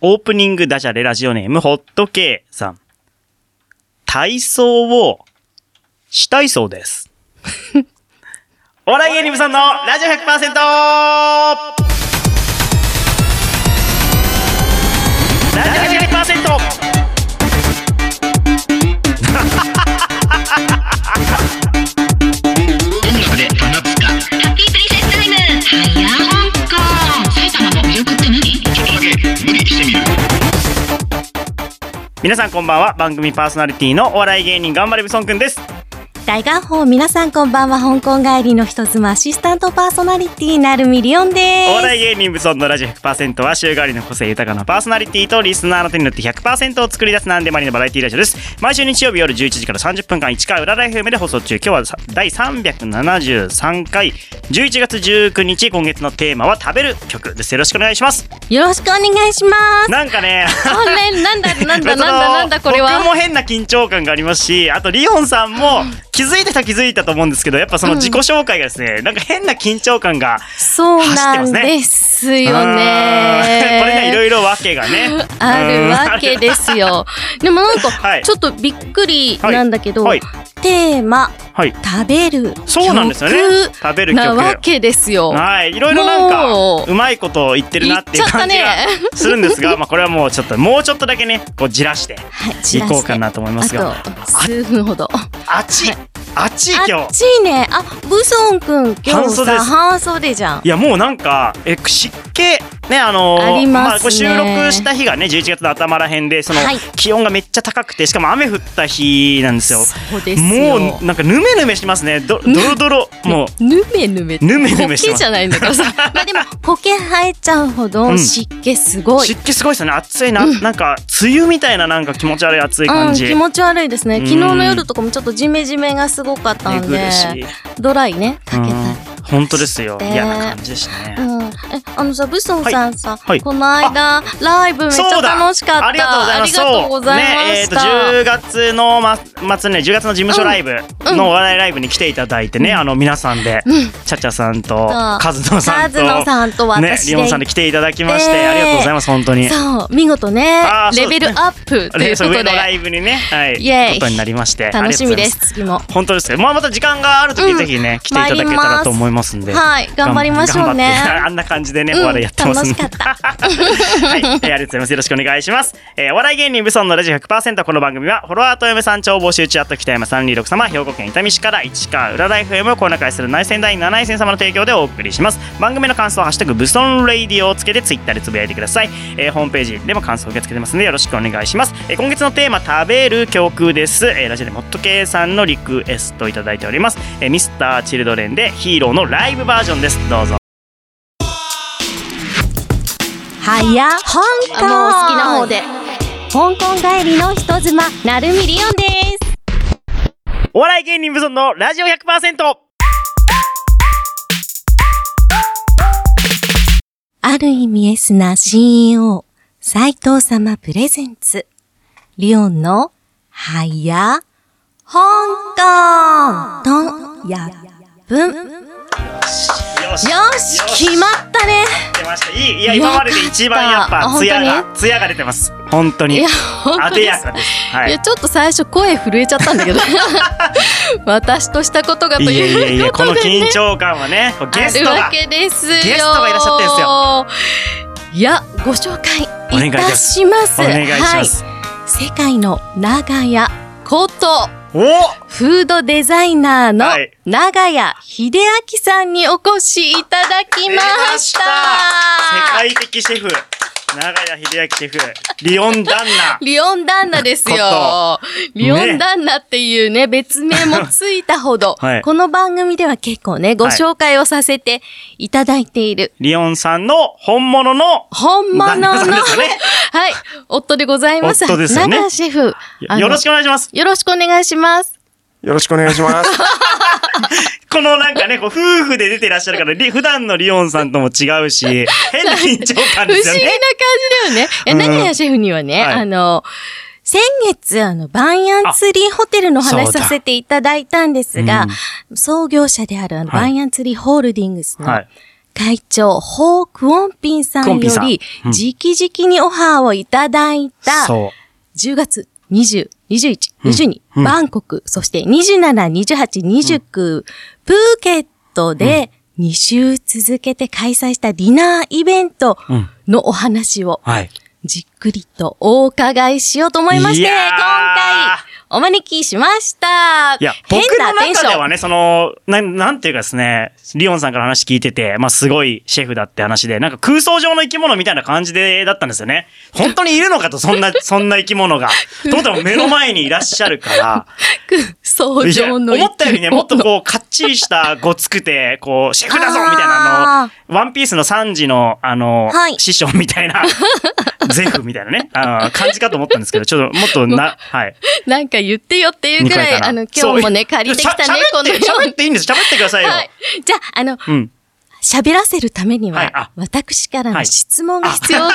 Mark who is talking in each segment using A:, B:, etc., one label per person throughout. A: オープニングダジャレラジオネーム、ホットケイさん。体操を、したいそうです。お笑い芸人部さんのラジオ 100%! ラジオ 100%!
B: 音楽でファナプスカ
C: ハッピープリンセスタイムはや香港埼玉の魅力って何
B: ちょっとだけ無理してみる
A: 皆さんこんばんは。番組パーソナリティのお笑い芸人、頑張れブソンくんです。
D: 大岩峰皆さんこんばんは香港帰りの人妻アシスタントパーソナリティなるミリオンで
A: お
D: す
A: 笑い芸人ブソンのラジオ100%は週替わりの個性豊かなパーソナリティとリスナーの手によって100%を作り出すなんでもありのバラエティラジオです毎週日曜日夜11時から30分間1回裏ライフ m で放送中今日はさ第373回11月19日今月のテーマは食べる曲ですよろしくお願いします
D: よろしくお願いします
A: なんかね
D: あれなんだなんだなんだ なんだこれ
A: 僕も
D: は
A: 変な緊張感がありますしあとリオンさんも気づいてた気づいたと思うんですけどやっぱその自己紹介がですね、なんか変な緊張感が
D: そう
A: 走って
D: な
A: ます
D: ん
A: ね
D: ですよ
A: あー
D: ね
A: これねいろいろ訳がね
D: あるわけですよでもなん
A: はい
D: かちょっとびっくり
A: はい
D: なんだけど、
A: はい
D: テーマ
A: はい
D: 食べる曲
A: そうなんですよね食べる曲
D: なわけですよ
A: はいいろいろなんか
D: もう
A: うまいことを言ってるなっていう
D: 言っちゃった
A: 感じ
D: ね
A: がするんですが まあこれはもうちょっともうちょっとだけねこうじらして
D: はい
A: い
D: 散らして
A: こうかなと思いますが
D: あと数分ほど
A: あちあちい今
D: あっ
A: 日
D: ちいね。あ、ブソンくん今
A: 半
D: 日
A: 袖で
D: さ
A: す
D: 半袖じゃん
A: い。やもうなんかえ湿気ねあのー
D: ありますね
A: あこれ収録した日がね11月の頭らへんでその
D: はい
A: 気温がめっちゃ高くてしかも雨降った日なんですよ。
D: そうですよ。
A: もうなんかぬめぬめしますねどドロドロもう
D: ぬめぬめ。
A: ぬめぬめして
D: 苔
A: ます
D: じゃないんだか らさ。まあでも苔生えちゃうほ
A: うん
D: ど湿気すごい。
A: 湿気すごいですよね暑いな、なんか梅雨みたいななんか気持ち悪い暑い感じ、
D: うん、気持ち悪いですね。
A: うん
D: 昨日の夜とかもちょっとジメジメがすごかったんで
A: 寝苦、しい
D: ドライねかけたり。
A: うん本当ですよ
D: して
A: 嫌な感じでしたね、
D: うん、えあのさブソンさんさ、
A: はい
D: この間ライブめっち
A: そ
D: ゃ
A: うだ
D: 楽しかった
A: ありがとうございます
D: ありがとうござい
A: そう
D: ま
A: ねえー
D: し
A: と
D: た、
A: 10月のま末ね10月の事務所ライブ
D: うん
A: のお笑いライブに来ていただいてね、あの皆さんで、ちゃちゃさんと
D: そう
A: カズノさんと
D: カズノさんと私で
A: ねリオンさんで来ていただきまして、
D: えー
A: ありがとうございます本当に
D: そう見事ね
A: あーそう
D: レベルアップという
A: で
D: こ
A: そう
D: と
A: 上
D: で
A: のライブにねはい
D: イエーイ
A: ことになりまして
D: 楽しみで
A: ありがとうございます
D: 次も
A: 本当ですよまあまた時間があるとき、
D: うん
A: ぜひね来ていただけたらと思いますんで
D: はい頑張りましょうね
A: 頑張ってあんな感じでね、
D: うん
A: お笑いやってますんで
D: 楽し か
A: はい、えーありがとうございますよろしくお願いします、えーお笑い芸人ブソンのラジオ100%この番組はフォロワーと嫁さん長募集中あと北山326様兵庫県伊丹市から市川浦大 FM をコーナー会する内戦第7位戦様の提供でお送りします番組の感想はハッシュタグブソンレイディオをつけてツイッターでつぶやいてください、えーホームページでも感想を受け付けてますのでよろしくお願いします、えー今月のテーマ食べる曲です、えーラジオでもっとけいさんのリクエストいただいております、えー、ミスターチルドレンでヒーローのライブバージョンですどうぞ
D: はや香港
E: もう好きな方で
D: 香港帰りの人妻なるみりおんです
A: お笑い芸人無存のラジオ100%
D: ある意味エスな CEO 斉藤様プレゼンツリオンのはや香港とやっぷんよ
A: よし
D: し決まったね
A: 出ましたいいいや今までで一番やっ
D: よかっ
A: ぱ
D: た
A: ツヤ
D: 本
A: がツヤが出てます本当
D: い
A: に
D: や本当
A: 当て
D: で
A: や
D: す
A: かですはいい
D: やちょっと最初声震えちゃった んだけど私としたことがと
A: いやいやい
D: いう
A: や
D: こ
A: ことの
D: でね
A: 緊張感はねこうゲ
D: あ
A: ス
D: る
A: トが
D: わけですよ
A: ゲストがいらっしゃってん
D: いやご紹介
A: お願い
D: い
A: で
D: た
A: す
D: します
A: お願いします、
D: はい、世界の長屋こと
A: お
D: フードデザイナーの
A: はい
D: 長屋秀明さんにお越しいただきまし
A: 出世
D: た
A: 界的シェフ長屋秀明シェフリオン旦那
D: リオン旦那です
A: こ、
D: よ。リオン旦那っていうね、別名もついたほど
A: はい
D: この番組では結構ね、ご紹介をさせていただいている、
A: リオンさんの本物の
D: 本物
A: 旦
D: の、
A: 那さんですよね
D: はい、夫でございます。
A: 夫ですよね
D: 長シェフ。あの
A: よろしくお願いします
D: よろしくお願いします。
F: よろしくお願いします。
A: このなんかね、こう夫婦で出てらっしゃるから、り普段のリオンさんとも違うし、 変な緊張感で
D: 不思議
A: すよ
D: な感じ
A: ね。
D: だよね。い
A: う
D: や、
A: ん
D: 長屋シェフにはね、
A: はい
D: あの、先月、あの、バンヤンツリーホテルのお話させていただいたんですが、創業者であるあの
A: はい
D: バンヤンツリーホールディングスの
A: はい
D: 会長、ホー・クオンピンさ
A: クオ
D: ん
A: ンピン
D: よ
A: さん
D: り、
A: うん
D: 直々にオファーをいただいた、
A: そ
D: 10月20、21、22、
A: うん
D: バンコク、そして27、28、29、プーケットで2週続けて開催したディナーイベント
A: うん
D: のお話を
A: う。はい。
D: じっくりとお伺いしようと思いまして、
A: いやー
D: 今回お招きしました。
A: いや、僕
D: 変な
A: の
D: テンシ
A: 中で
D: ョ
A: は
D: ン。
A: ね、その、なん、なんていうかですね、リオンさんから話聞いてて、まあ、すごいシェフだって話で、なんか空想上の生き物みたいな感じで、だったんですよね。本当にいるのかと、そんな、そんな生き物が。と思っても目の前にいらっしゃるから。
D: 相
A: いや
D: 乗の
A: 思ったよりね、もっと
D: う、
A: こう、かっちり した、ごつくて、こう、シェフだぞみたいな、あ
D: あ
A: の、ワンピースのサンジの、あの、
D: はい
A: 師匠みたい な、ゼフみたいなね、あの感じかと思ったんですけど、ちょっともっと な、はい。
D: なんか言ってよっていう
A: 二
D: く
A: 回
D: ら
A: か
D: い、
A: な
D: あの、今日もね、
A: そう
D: 借りてきた
A: しゃ
D: ね、この
A: 喋って喋
D: よ
A: っていいんです。喋ってくださ
D: う
A: い
D: な。
A: よ。
D: はい。じゃあ、あの、
A: うん。
D: 喋らせるためには、
A: はいあ
D: 私から
A: は
D: の
A: い
D: 質問が必要かと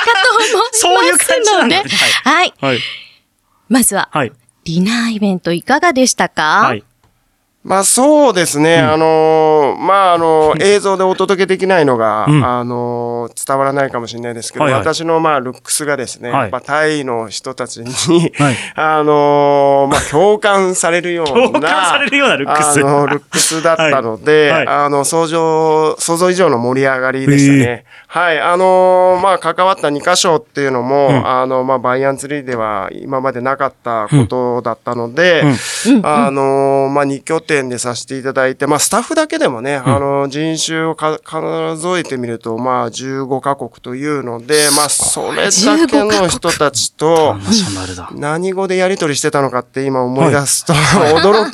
A: そう
D: 思
A: い
D: いうま
A: 感じ
D: す
A: な
D: の
A: ん
D: で、
A: だね
D: はい、
A: はい。
D: まずは、
A: はい。
D: ディナーイベントいかがでしたか、
A: はい。
E: まあそうですね、あのーまああの ー映像でお届けできないのが、
A: うん
E: あのー伝わらないかもしれないですけど、
A: はいはい
E: 私のまあルックスがですね、
A: はい
E: まあタイの人たちに、
A: はい
E: あのーまあ共感されるような、
A: 共感されるようなルックス
E: あのールックスだったの で、
A: はいはい
E: あの想像想像以上の盛り上がりでしたね。はい、あのーまあ関わった2箇所っていうのも、
A: うん
E: あのまあバイアンツリーでは今までなかったことだったので、
A: うんうん
E: あのーまあ、2拠点でさせていただいて、まあ、スタッフだけでもね、あのー人種をか数えてみると、まあ、15カ国というので、まあ、それだけの人たちと、
A: ナショナルだ。
E: 何語でやり取りしてたのかって今思い出すと、驚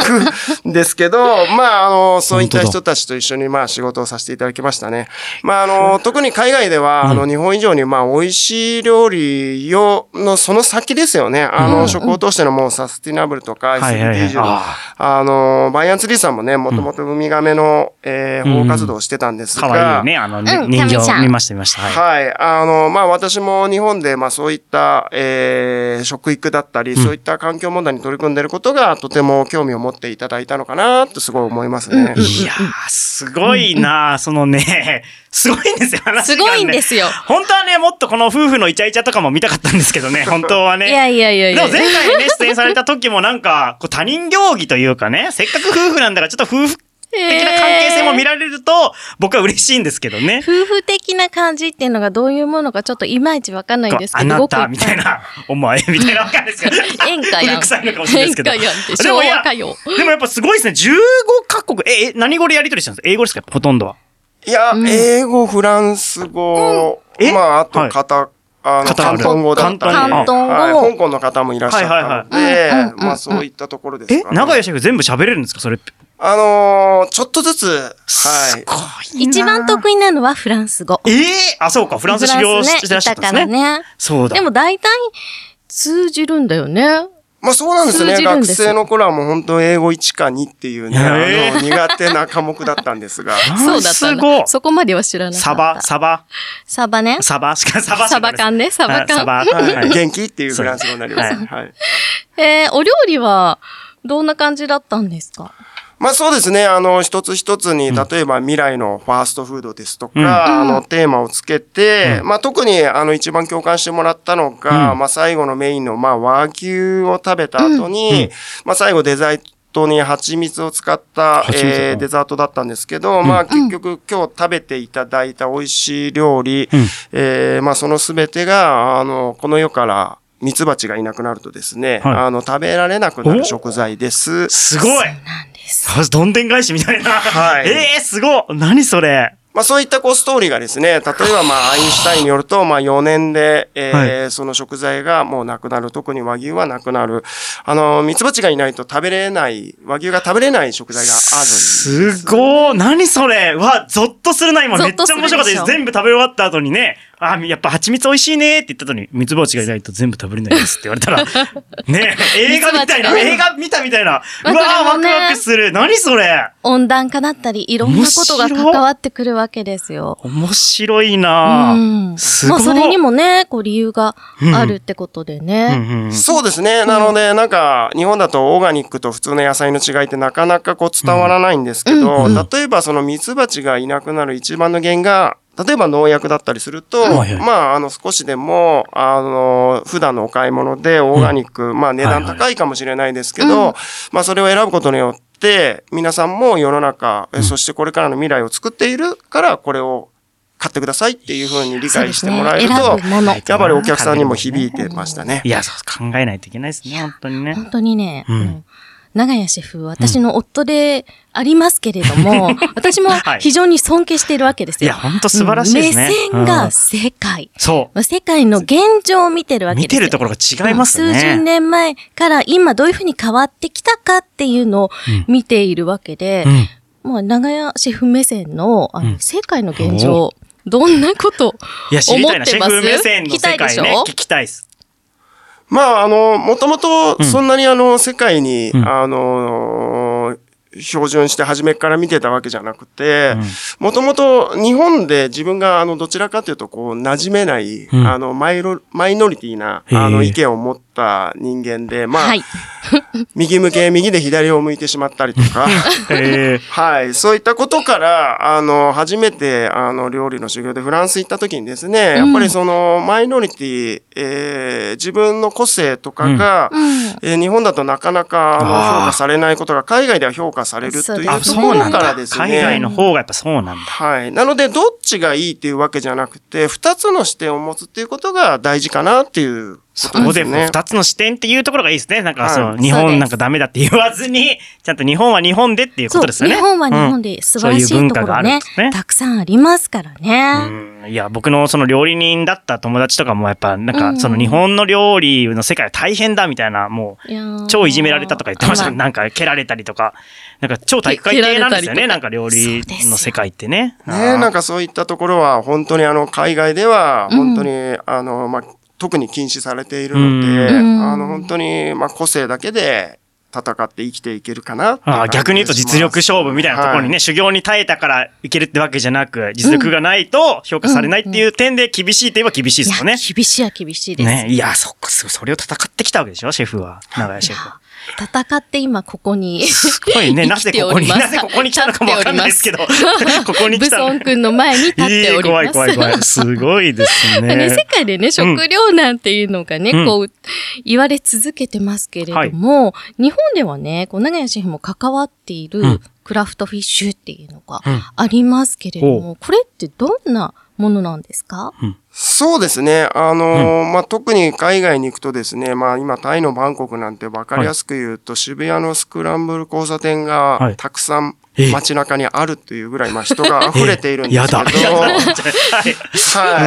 E: くんです けど、まあ、あの、そういった人たちと一緒にまあ仕事をさせていただきましたね。まあ、あの、特に海外では、あの、日本以上にまあ、美味しい料理を、のその先ですよね。あの、食を通してのもうサスティナブルとか、
A: いはいはい
E: SDGs の
A: あ
E: あの、バイアンツリーさんもね、もともとウミガメの、えー保護活動をしてたんですが、
A: 可愛いよね。あの、ね
D: うん
A: 人
D: 亀ちゃ
A: 形
D: ん
A: 見ました、見ました。はい。
E: はい。あの、まあ、私も日本で、まあ、そういった、えー、食育だったり、そういった環境問題に取り組んでることが、とても興味を持っていただいたのかな、とすごい思いますね。
A: いやー、すごいなーそのね、すごいんですよ、話がね
D: すごいんですよ。
A: 本当はね、もっとこの夫婦のイチャイチャとかも見たかったんですけどね、 本当はい
D: や
A: ね。
D: いやいや
A: で
D: い
A: も
D: や。
A: 前回ね、出演された時もなんか、こう他人行儀というか ね、せっかく夫婦なんだから、ちょっと夫婦的な関係性も見
D: えー
A: られると、僕は嬉しいんですけどね。
D: 夫婦的な感じっていうのがどういうものかちょっといまいちわかんないんですけ
A: あ
D: ど、
A: な
D: ごく
A: たみたいな、お前みたいなわかんないです けど。
D: 演歌やん
A: 古臭いのかもしれないですけど。
D: 演歌やんって
A: でもいや
D: 昭和歌謡
A: でもやっぱすごいですね。15カ国。え、え何語でやり取りしたんですか英語ですかほとんどは。
E: いや、英語、フランス語、
A: うんえ
E: まあ、あ
A: はい
E: と、カタ、あの、
A: カタール
E: 広東語だったり、
A: 広
D: 東語
E: はい香港の方もいらっしゃったので、
D: はいはいはいうんうんうんうん
E: まあ、そういったところです
A: え
E: か、ね。
A: 長谷シェフ全部喋れるんですかそれ。
E: あのーちょっとずつ、はい。
A: い
D: 一番得意なのはフランス語。
A: ええあ、そうか。フランス修行してらっしゃったんですね。
D: フランスねいたからね。
A: そうだ。
D: でも大体通じるんだよね。
E: まあそうなんですね。
D: 通じるん
E: 学
D: です
E: 生の頃はもう本当英語1か2っていうね、
A: へー
E: あの苦手な科目だったんですが。
A: あー
D: そうだった
A: すごい
D: な。。そこまでは知らなかった。
A: サバ、サバ、
D: サバね。
A: サバしか、サバしか
D: サバ缶ねサバ缶
A: はいサバ。
E: はい
A: はい
E: 元気っていうフランス語になります。
A: そう
E: はい。
D: えー、お料理はどんな感じだったんですか
E: まあそうですね。あの、一つ一つに、例えば未来のファーストフードですとか、あの、テーマをつけて、まあ特に、あの、一番共感してもらったのが、
A: うん
E: まあ最後のメインの、まあ和牛を食べた後に、
A: うん
E: まあ最後デザイトに蜂蜜を使った、
A: 蜂蜜
E: えーデザートだったんですけど、まあ結局今日食べていただいた美味しい料理、
A: うん
E: えーまあそのすべてが、あの、この世から、ミツバチがいなくなるとですね、
A: はい
E: あの、食べられなくな
A: お
E: る食材です。
A: すごい
D: なんです。
A: あどんでん返しみたいな。
E: はい
A: ええすごい何それ
E: まあそういったこうストーリーがですね、例えばまあアインシュタインによると、まあ4年で、えーその食材がもうなくなる、特に和牛はなくなる。あの、ミツバチがいないと食べれない、和牛が食べれない食材がある。
A: すごい何それうわ、ゾッとするな、今。
D: ゾ
A: めっ
D: ッと
A: ち
D: す
A: ゃ
D: る
A: 面白かったで。
D: ですしょ
A: 全部食べ終わった後にね、あ、やっぱ蜂蜜美味しいねって言った後に、蜜蜂がいないと全部食べれないですって言われ たら、ねえ映画みたいな、
D: 蜜蜂がね
A: 映画見たみたいな、う
D: まあ
A: わー、ワ
D: それも
A: ク
D: ね
A: ワクする。何それ
D: 温暖化だったり、いろんなことが
A: 面
D: 関
A: 白い
D: わってくるわけですよ。
A: 面白いうなあ
D: ん。
A: すご
D: まあ、
A: い。
D: それにもね、こう、理由があるってことで
A: うん
D: ね。
A: うんうん
E: そうですね。なので、なんか、日本だとオーガニックと普通の野菜の違いってなかなかこう伝わらないんですけど、例えばそのミツバチがいなくなる一番の原因が、例えば農薬だったりすると、
A: はいはい
E: まあ、あの、少しでも、あの、普段のお買い物でオーガニック、まあ、値
A: はい
E: 段
A: はい
E: 高いかもしれないですけど、まあ、それを選ぶことによって、皆さんも世の中、えそしてこれからの未来を作っているから、これを買ってくださいっていうふうに理解してもらえると、
D: そうですね選ぶもの。
E: やっぱりお客さんにも響いてましたね。
A: いや、そう考えないといけないです
D: い
A: ね、
D: や
A: 本当にね。
D: 本当にね、
A: うん
D: うん長屋シェフ、私の夫でありますけれども、 私も
A: はい
D: 非常に尊敬しているわけです
A: い
D: よ。
A: や、本当素晴らしいですね。
D: 目線
A: うん
D: が世界。
A: そ
D: まあ世界の現状を見てるわ
A: う。
D: けです
A: 見
D: よ。
A: てるところが違いますね。
D: 数十年前から今どういうふうに変わってきたかっていうのを
A: うん
D: 見ているわけで、
A: うん
D: まあ、長屋シェフ目線の、あ
A: う
D: の、
A: ん
D: 世界の現状、どんなこと
A: いや、知りたいな。シ
D: 思って
A: ェ
D: ます
A: フ目線の世
D: 聞きたいで
A: 界
D: しょ
A: ね。聞きたいです。
E: まあ、あの、もともと、そんなにあの、世界に、
A: うん
E: あの、標準して初めから見てたわけじゃなくて、もともと日本で自分があの、どちらかというと、こう、馴染めない、
A: うん
E: あの、マイロ、マイノリティな、
A: へえ
E: あの、意見を持った人間で、まあ、
D: はい。
E: 右向け、右で左を向いてしまったりと か、
A: え
E: はい。そういったことから、あの、初めて、あの、料理の修行でフランス行った時にですね、やっぱりその、マイノリティ、えー自分の個性とかが、
D: うん。
E: えー日本だとなかなか、あの
A: あー、
E: 評価されないことが、海外では評価されると
D: そう
E: い
D: で
E: う
D: す
A: あ、
E: と
A: そ
E: こ
A: う
E: ろ
A: なん
E: から
A: だ。
E: ですね。
A: 海外の方がやっぱそうなんだ。
E: はい。なので、どっちがいいっていうわけじゃなくて、二つの視点を持つっていうことが大事かなっていう
A: そ
E: こと
A: こ
E: で
A: です
E: ね。
A: 二つの視点っていうところがいいですね。なんかその、
E: は
A: 日
D: そうで
A: 本
D: す
A: なんかダメだって言わずに、ちゃんと日本は日本でっていうこ
D: そう、
A: とですよ
D: 日
A: ね。
D: 本は日
A: う
D: 本
A: ん
D: で素晴らしい
A: そ
D: ところね、
A: ういう文化があるんですね
D: たくさんありますからね。
A: うんいや、僕のその料理人だった友達とかもやっぱ、なん
D: う
A: か
D: ん
A: その日本の料理の世界は大変だみたいな、も
D: いやー
A: う、超いじめられたとか言ってましたけど、
D: あら
A: なんか蹴られたりとか、なんか超体育会系なんですよね、
D: 蹴られたりとか
A: なんか料理の世界ってね。
E: ねえ、なんかそういったところは、本当にあの、海外では、
D: うん
E: 本当に、あの、まあ、特に禁止されているので、
D: うん
E: あの、本当に、まあ、個性だけで戦って生きていけるかなっていう
A: ああ
E: 感じがします。
A: 逆に言うと実力勝負みたいなところにね、
E: はい
A: 修行に耐えたからいけるってわけじゃなく、実力がないと評価されないっていう点で厳しいといえば厳しいですよ
D: い
A: ね
D: や。厳しいは厳しいです。
A: ねいや、そっか、すごい。それを戦ってきたわけでしょ、シェフは。長屋シェフは。
D: 戦って今ここ に。
A: すごいね。なぜ
D: 生きて
A: こ
D: お
A: こに、
D: ります
A: なぜここに来たのかもわかんないです けど、 ここに
D: 武
A: 来 たの。
D: 尊君の前に立っておりま
A: 怖
D: す。
A: い怖い怖い。すごいです
D: まあね世
A: ね。
D: 界でね、食料なんていうのがね、
A: うん
D: こう、言われ続けてますけれども、日本ではね、こう、長屋シェフも関わっている
A: うん
D: クラフトフィッシュっていうのが
A: うん
D: ありますけれども、
A: ほ
D: これってどんなものなんですか
E: そうですね。あのーまあ、特に海外に行くとですね、まあ、今、タイのバンコクなんて分かりやすく言うと、渋谷のスクランブル交差点
A: は
E: が
A: い
E: たくさん
A: ええ
E: 街中にあるというぐらい、まあ、人 が溢れているんですけど、
A: ええやだや は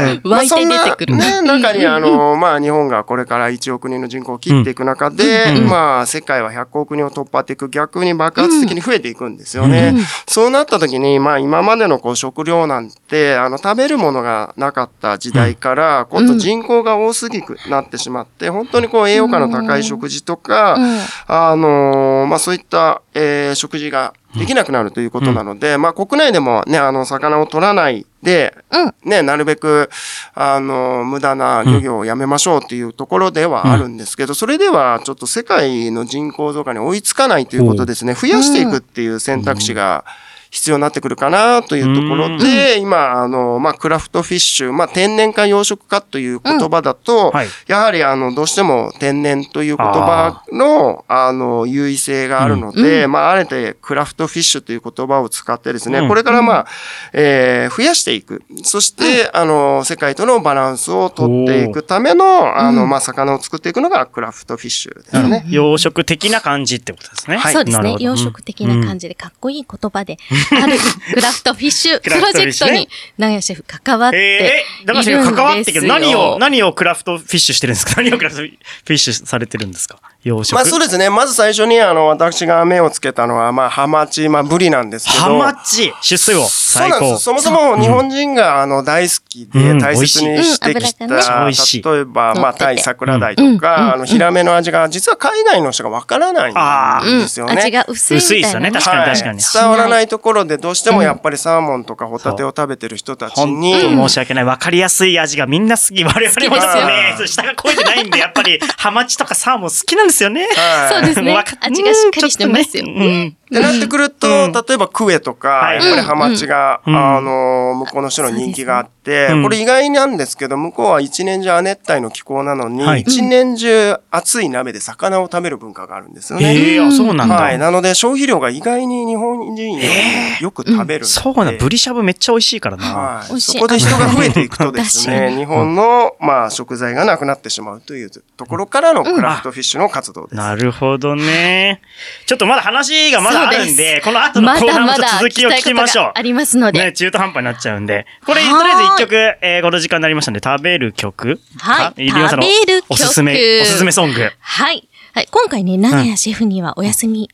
A: い
E: はい。
D: 湧いて出てくる
E: まあそんなね、中にあの、まあ日本がこれから1億人の人口を切っていく中で、
A: うん
E: まあ世界は100億人を突破っていく、逆に爆発的に増えていくんですよね。そうなった時に、まあ今までのこう食料なんて、あの食べるものがなかった時代から、今度人口が多すぎくなってしまって、本当にこう栄養価の高い食事とか、
D: うん
E: あのーまあ、そういった、えー食事ができなくなるということなので、まあ、国内でもね、あの、魚を取らないで、
D: うん
E: ね、なるべく、あのー無駄な漁業をやめましょうっていうところではあるんですけど、それではちょっと世界の人口増加に追いつかないということですね、増やしていくっていう選択肢が、必要になってくるかなというところで、今、あの、まあ、クラフトフィッシュ、まあ、天然か養殖かという言葉だと、
A: んはい
E: やはり、あの、どうしても天然という言葉の、あの、優位性があるので、まあ、あえてクラフトフィッシュという言葉を使ってですね、
A: うん
E: これから、まあ、えー増やしていく。そして、あの、世界とのバランスを取っていくための、あの、まあ、魚を作っていくのがクラフトフィッシュですね。
A: 養殖的な感じってことですね。
E: はい
D: そうですね。養
A: 殖
D: 殖的な感じでかっこいい言葉で、あるクラフトフィ ッシュプ
A: クラ
D: ロ
A: フト
D: ジ
A: フィッ
D: ェク
A: シュ
D: ト
A: ね
D: に、長屋シェフ関わっ
A: えー
D: て
A: え、
D: いる
A: 長谷
D: んです
A: シェ
D: よ。
A: フ関わってけど、何を、何をクラフトフィッシュしてるんですか 何をクラフトフィッシュされてるんですか養殖。
E: まあそうですね。まず最初に、あの、私が目をつけたのは、まあ、ハマチ、まあ、ブリなんですけど。
A: ハマチ出世魚
E: そう
A: 最
E: なんで
A: 高
E: す。。そもそも日本人が、あの、大好き
A: う
E: で
A: ん
E: 大切にしてき
D: う
E: た、
D: ん油
A: がね美味しい
E: 例えば、まあ、タイ桜
D: う
E: 鯛
D: ん
E: と
D: うん
E: か、あの、ヒラメの味が、実は海外の人がわからない
A: あー
E: んですよね。
D: うん、味が薄いみたい
A: 薄
D: な、
A: いですよね確かに確かに
E: 伝わらないところで、どうしてもやっぱりサーモンとかホタテを食べてる人たち
A: 本
E: に、
A: 当申し訳ない。わかりやすい味がみんな好き。我々も
D: 好き
A: ちょ
D: で
A: っ
D: す
A: と
D: よ
A: ね、下が超えてないんで、やっぱり、ハマチとかサーモン好きなんですよね。
E: はい
D: そうですね
A: わか
D: 味がしっかりしてますよ
A: うんちょっとね
E: ってなってくると、
A: うん
E: 例えばクエと
A: は
E: か、
A: い
E: やっぱりハマチが、
A: うん
E: あの、向こうの人の人気があって、
A: うん
E: これ意外なんですけど、向こうは一年中亜熱帯の気候なのに、
A: はい
E: 一年中熱い鍋で魚を食べる文化があるんですよ
A: うんえ
E: ね。
A: え、あそうなん
E: は
A: だ。
E: い。なので、消費量が意外に日本人よりよく食べるんで。
A: そうなんだ。ブリシャブめっちゃ美味しいからな。
E: は
D: 美
E: い。
D: 味し
E: そ
D: い
E: こで人が増えていくとです
D: あ
E: ね、日本の、まあ、食材がなくなってしまうというところからのクラフトフィッシュの活動です。
A: なるほどね。ちょっとまだ話がまだあるん
D: そう
A: で
D: で、
A: この後のコーナーもちょっと続きを聞きまし
D: 聞
A: ょ
D: きたいことがあ
A: う。
D: りますので。
A: ね、中途半端になっちゃうんで。これ、と
D: は
A: りあ
D: ーい
A: えず一曲、えー、この時間になりましたんで、食べる曲
D: はい
A: かリリオさんの
D: 食べる曲
A: おすすめ、おすすめソング。
D: はい。はい。今回ね、長屋シェフにはお休み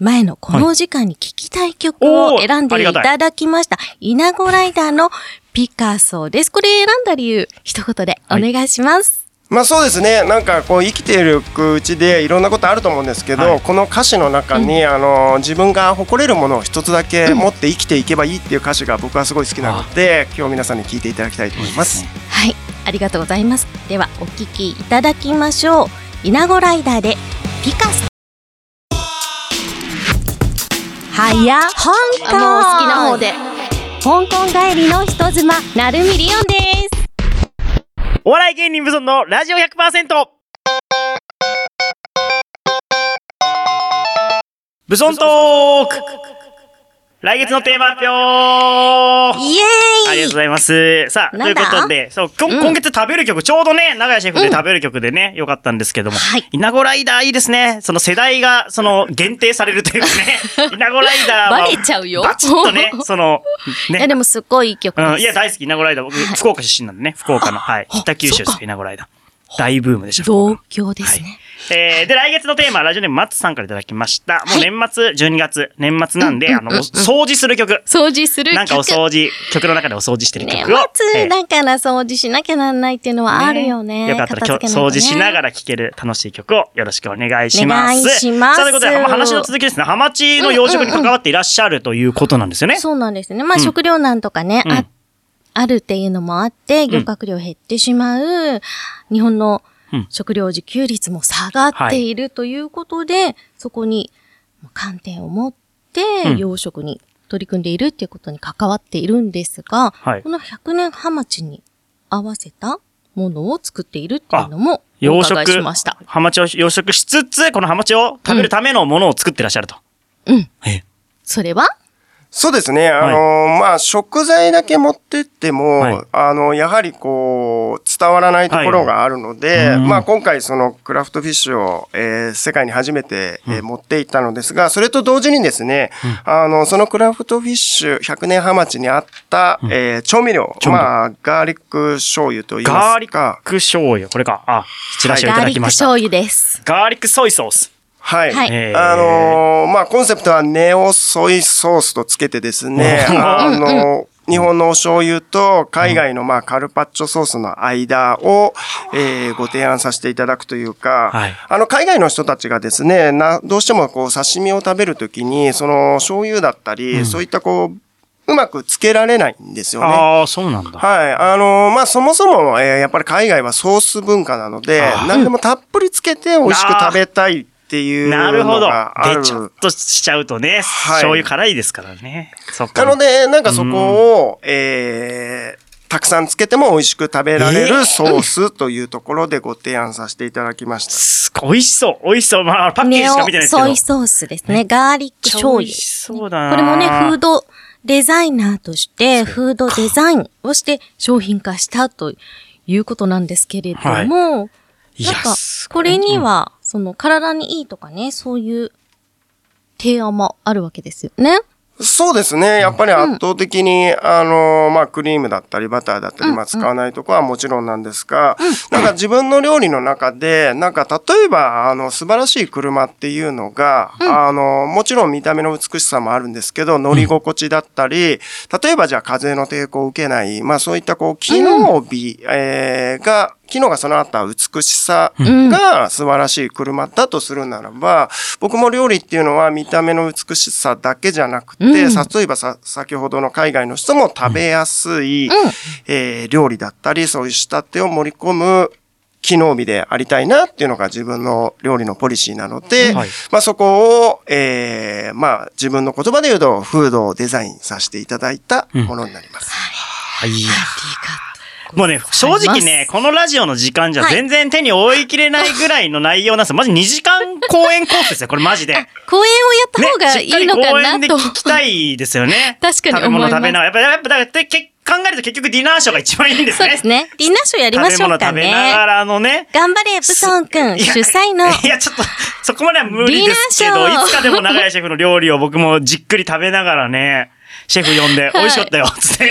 D: 前のこの時間に聞きたい曲
A: はいお
D: を
A: ー
D: 選ん
A: あり
D: で
A: が
D: い
A: たい
D: ただきました。イナゴライダーのピカソです。これ選んだ理由、一言でお願いします。
E: まあそうですねなんかこう生きているうちでいろんなことあると思うんですけど、
A: はい
E: この歌詞の中に、あの自分が誇れるものを一つだけ持って生きていけばいいっていう歌詞が僕はすごい好きなので、今日皆さんに聞いていただきたいと思います。
D: はい。ありがとうございます。では、お聞きいただきましょう。イナゴライダーでピカソ。はや、香港
F: もう好きな方で。
D: 香港帰りの人妻、なるみりおんです。
A: お笑い芸人無尊のラジオ 100%! 無尊トーク来月のテーマ発表
D: イエーイ
A: ありがとうございます。さあ、と
D: ない
A: うんこ
D: だ
A: とで、そう、今
D: うん
A: 今月食べる曲、ちょうどね、長屋シェフで食べる曲でね、よかったんですけども、
D: はい
A: イナゴライダーいいですね。その世代が、その、限定されるというか ね、イナゴライダーは、
D: バレちゃうよ
A: バチッとね、その、
D: いや
A: ね。
D: でもすごいいい曲です。
A: うん、いや、大好き、稲子ライダー。僕、福岡出身なんでね、福岡の、はい。北九州です、稲子ライダー。大ブームでした。福岡
D: 同
A: の
D: 郷ですね。
A: えー、で、来月のテーマ、ラジオネーム、マッツさんからいただきました。もう年末、12月、年末なんで、あの、お掃除する曲。
D: 掃除する曲
A: なんかお掃除、曲の中でお掃除してる
D: ね
A: 曲を。え
D: 末
A: ー
D: だから掃除しなきゃなんないっていうのはあるよね。
A: よかったら今日
D: 片付け
A: 掃除しなが
D: ら。
A: ら聴ける楽しい曲をよろしくお願いします。
D: お願いします
A: さあ、ということで、話の続きですね。ハマチの養殖に関わっていらっしゃるということなんですよね。
D: そうなんですね。まあ、
A: うん
D: 食糧難とかね、
A: うん
D: あ、あるっていうのもあって、漁獲量減ってしまう、日本の
A: うん
D: 食料自給率も下がっているということで、そこに観点を持って
A: うん
D: 養殖に取り組んでいるっていうことに関わっているんですが、
A: はい
D: この100年ハマチに合わせたものを作っているっていうのもお
A: 養
D: 伺いし
A: 殖
D: ました。、
A: ハマチを養殖しつつ、このハマチを食べるためのものを作ってらっしゃると。
D: うん。
A: え
D: それは
E: そうですね。あのまあ、食材だけ持ってっても、
A: はい
E: あの、やはりこう、伝わらないところがあるので、
A: はいうん
E: まあ、今回そのクラフトフィッシュを、えー世界に初めて、えー持っていったのですが、それと同時にですね、あの、そのクラフトフィッシュ100年ハマチにあった、えー調味料、
A: 調味料
E: まあ、ガーリック醤油と言いますか。
A: ガーリック醤油。これか。あ、チラシをいた
D: ガー
A: だ
D: リッ
A: き
D: ク
A: ました。
D: 醤油です。
A: ガーリックソイソース。
E: はい。
D: はい
A: えー
E: あのーまあ、コンセプトはネオソイソースとつけてですね、
A: うん
E: あのー日本のお醤油と海外のまあカルパッチョソースの間を、えーご提案させていただくというか、
A: はい
E: あの海外の人たちがですね、などうしてもこう刺身を食べるときに、その醤油だったり、そういったこう、うまくつけられないんですよね。
A: ああ、そうなんだ。
E: はい。あのーまあ、そもそも、えーやっぱり海外はソース文化なので
A: あー、
E: 何でもたっぷりつけて美味しく食べたいっていうの
A: なるほど
E: があ。
A: で、ちょっ
E: る。
A: としちゃうとね、醤油辛いですからね。そっか。
E: なので、なんかそこを、えーたくさんつけても美味しく食べられ
A: えー
E: るソースというところでご提案させていただきました。
A: すごい美味しそう。美味しそう。まあ、パッケージ
D: ネ
A: し
D: オ
A: か見てないですけど。
D: ソイソースですね。ガーリック醤
A: めっちゃ美
D: 油
A: 味。しそうだな。
D: これもね、フードデザイナーとして、フードデザインをして商品化したということなんですけれども、
A: はい
D: なんか
A: いやす、ご
D: こ
A: い
D: れには、その体にいいとかね、そういう提案もあるわけですよね。
E: そうですね。やっぱり圧倒的に、あの、まあ、クリームだったり、バターだったり、まあ、使わないとこはもちろんなんですが、なんか自分の料理の中で、なんか例えば、あの、素晴らしい車っていうのが、あの、もちろん見た目の美しさもあるんですけど、乗り心地だったり、例えばじゃあ風の抵抗を受けない、まあ、そういったこう、機能美、えーが、機能が備わった美しさが素晴らしい車だとするならば、僕も料理っていうのは見た目の美しさだけじゃなくて、例えばさ、先ほどの海外の人も食べやすい、えー料理だったり、そういう仕立てを盛り込む機能美でありたいなっていうのが自分の料理のポリシーなので、
A: はい
E: まあそこを、えーまあ自分の言葉で言うと、フードをデザインさせていただいたものになります。
A: はい。
D: カット
A: もうね、正直ね、
D: ご
A: このラジオの時間じゃ全然手に負いきれないぐらいの内容なんですよ。マジ2時間公演コースですよ、これマジで。ね、
D: ざいます公演をやった方がい
A: しっか
D: い
A: り
D: の
A: 公
D: か
A: 演
D: な
A: で
D: と。。
A: 聞きたいですよね
D: 確かに
A: 食べ
D: 思いま
A: 物
D: す
A: 食べながら。やっぱ、やっぱ、だから、け考えると結局ディナーショーが一番いいんですね。
D: そうですね。ディナーショーやりましょ
A: 食べ
D: うか
A: 物食べなが
D: ね。
A: らのね。
D: 頑張れ、ブソン君、
A: いや
D: 主催の。
A: いや、ちょっと、そこまでは無理ですけ
D: ディ
A: ど、
D: ナーショー
A: いつかでも長屋シェフの料理を僕もじっくり食べながらね、シェフ呼んで、
D: い
A: 美味しかったよ、つって、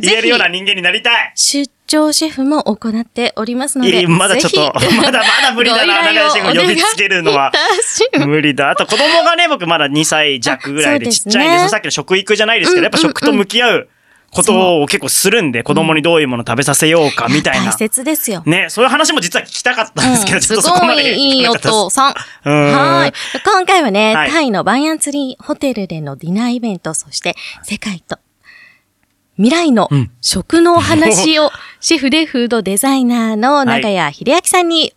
A: 言えるような人間になりたい。
D: 出張シェフも行っておりますの
A: い
D: で。
A: やまだちょっと
D: ぜひ
A: まだまだ無理だな
D: ご依頼
A: 長
D: を
A: 井シェフを呼びつけるのは
D: お願いいたします
A: 無理だ。あと子供がね、僕まだ2歳弱ぐらいで
D: あ
A: ち
D: そ
A: っ
D: うです
A: ちゃ
D: ね
A: いんです、さっきの食育じゃないですけど、やっぱ食と向き合うことを結構するんで、子供にどういうもの食べさせようかみたいな
D: 大。切ですよ。
A: ね、そういう話も実は聞きたかったん ですけど、
D: うん
A: ちょっとそこまで。
D: すごいいいお父さん。
A: うん
D: はい。今回はね、
A: はい
D: タイのバンヤンツリーホテルでのディナーイベント、そして世界と未来の
A: うん
D: 食のお話を、シェフでフードデザイナーの長谷秀明さんに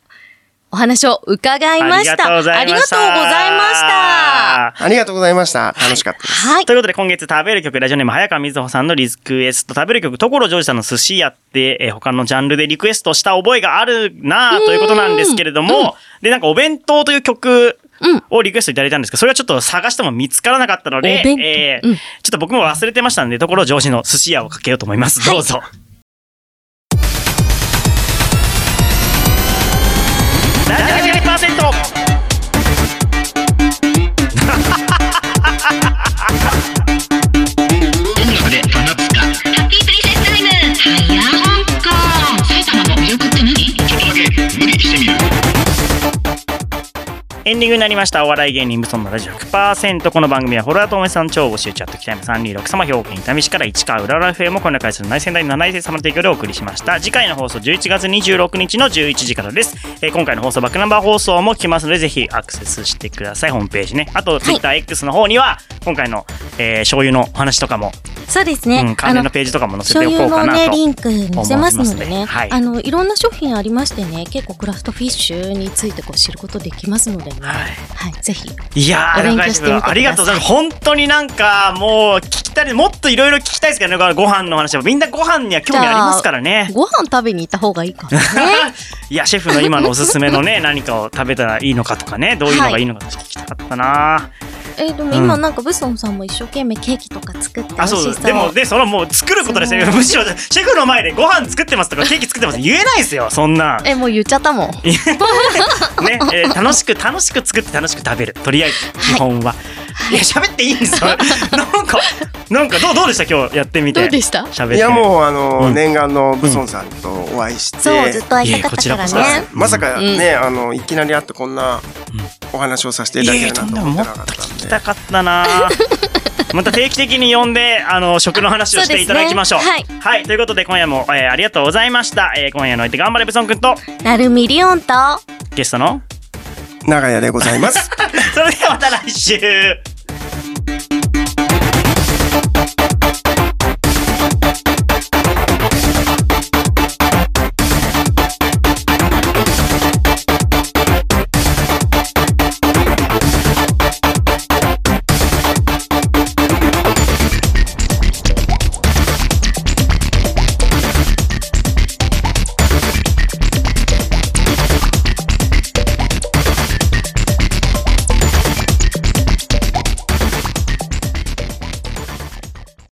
D: お話を伺いまし
A: ありが
D: た。
A: とうございました。
D: ありがとうございました。
E: ありがとうございました。楽しかったです。
D: はい。
A: ということで今月食べる曲、ラジオネーム早川瑞穂さんのリクエスト、食べる曲、所ジョージさんの寿司屋って、えー他のジャンルでリクエストした覚えがあるなあということなんですけれども、で、なんかお弁当という曲、をリクエストいただいたんですけど、それはちょっと探しても見つからなかったので
D: お、弁当
A: えー
D: うん
A: ちょっと僕も忘れてましたので、ところ上司の寿司屋をかけようと思います。どうぞ。ラジオ100%
B: 音楽でファナブスカ
C: ハッピープリンセスタイムハイヤー香港埼玉の魅力って何
B: ちょっとだけ無理してみる
A: エンディングになりました。お笑い芸人無尊のラジオ100%。この番組は、フォロワーとおめさん超募集チャット、北山326様、兵庫県伊丹市から市川浦和 FM をこの会社の内戦第7位生様の提供でお送りしました。次回の放送11月26日の11時からです。えー今回の放送、バックナンバー放送も来ますので、ぜひアクセスしてください。ホームページね。あと、TwitterX の方には、今回の、えー醤油のお話とかも、
D: そうですね。
A: うん、関連のページとかも載せ
D: 所
A: ておこ
D: 有
A: うかな
D: のね、
A: と。
D: リンク載せますので
A: 思いま
D: ね、
A: すのではい
D: あの、いろんな商品ありましてね、結構クラフトフィッシュについてこう知ることできますのでね、
A: は
D: はいい、ぜひ。
A: いやー、
D: お勉
A: 中
D: 強
A: 井
D: し
A: シ
D: てみてく
A: ェ
D: ださ
A: フ、
D: い
A: ありがとうございます。本当になんか、もう、聞きたい、もっといろいろ聞きたいですけどね、だからご飯の話は。みんなご飯には興味ありますからね。
D: ご飯食べに行った方がいいかも ね。
A: いや、シェフの今のおすすめの ね、何かを食べたらいいのかとかね、どういうのがいいのか聞きたかったな、
D: えーでも今なんかブソンさんも一生懸命ケーキとか作って美
A: あ、
D: 味
A: そ
D: し
A: う
D: そ
A: でも、
D: う。
A: で、そのもう作ることですね。
D: そう
A: むしろ、シェフの前でご飯作ってますとか、ケーキ作ってます言えないですよ、そんな。ね、
D: え、もう言っちゃったもん。
A: えー楽しく、楽しく作って楽しく食べる。とりあえず、基本は。いや、喋っていいんですよ。なんか、なんか、どう、どうでした今日やってみて。
D: どうでした
A: 喋って。
E: いやもうあの、
A: うん
E: 念願のブソンさんとお会いして、
D: そう、ずっと会いたかったか
A: い
D: ら
A: えいえこちらこ
D: ね。
E: まさかね、あのいきなり会ってこんなお話をさせていただけるなんて思って
A: も
E: な
A: っ
E: かっ
A: と聞き
E: たんで
A: たかった なまた定期的に呼んであの食の話をしていただきましょう
D: そうです
A: はい、ということで今夜も、えーありがとうございました、えー今夜のお相手頑張れブソン君と
D: なるみりおんと、
A: ゲストの
E: 長屋でございます。
A: それではまた来週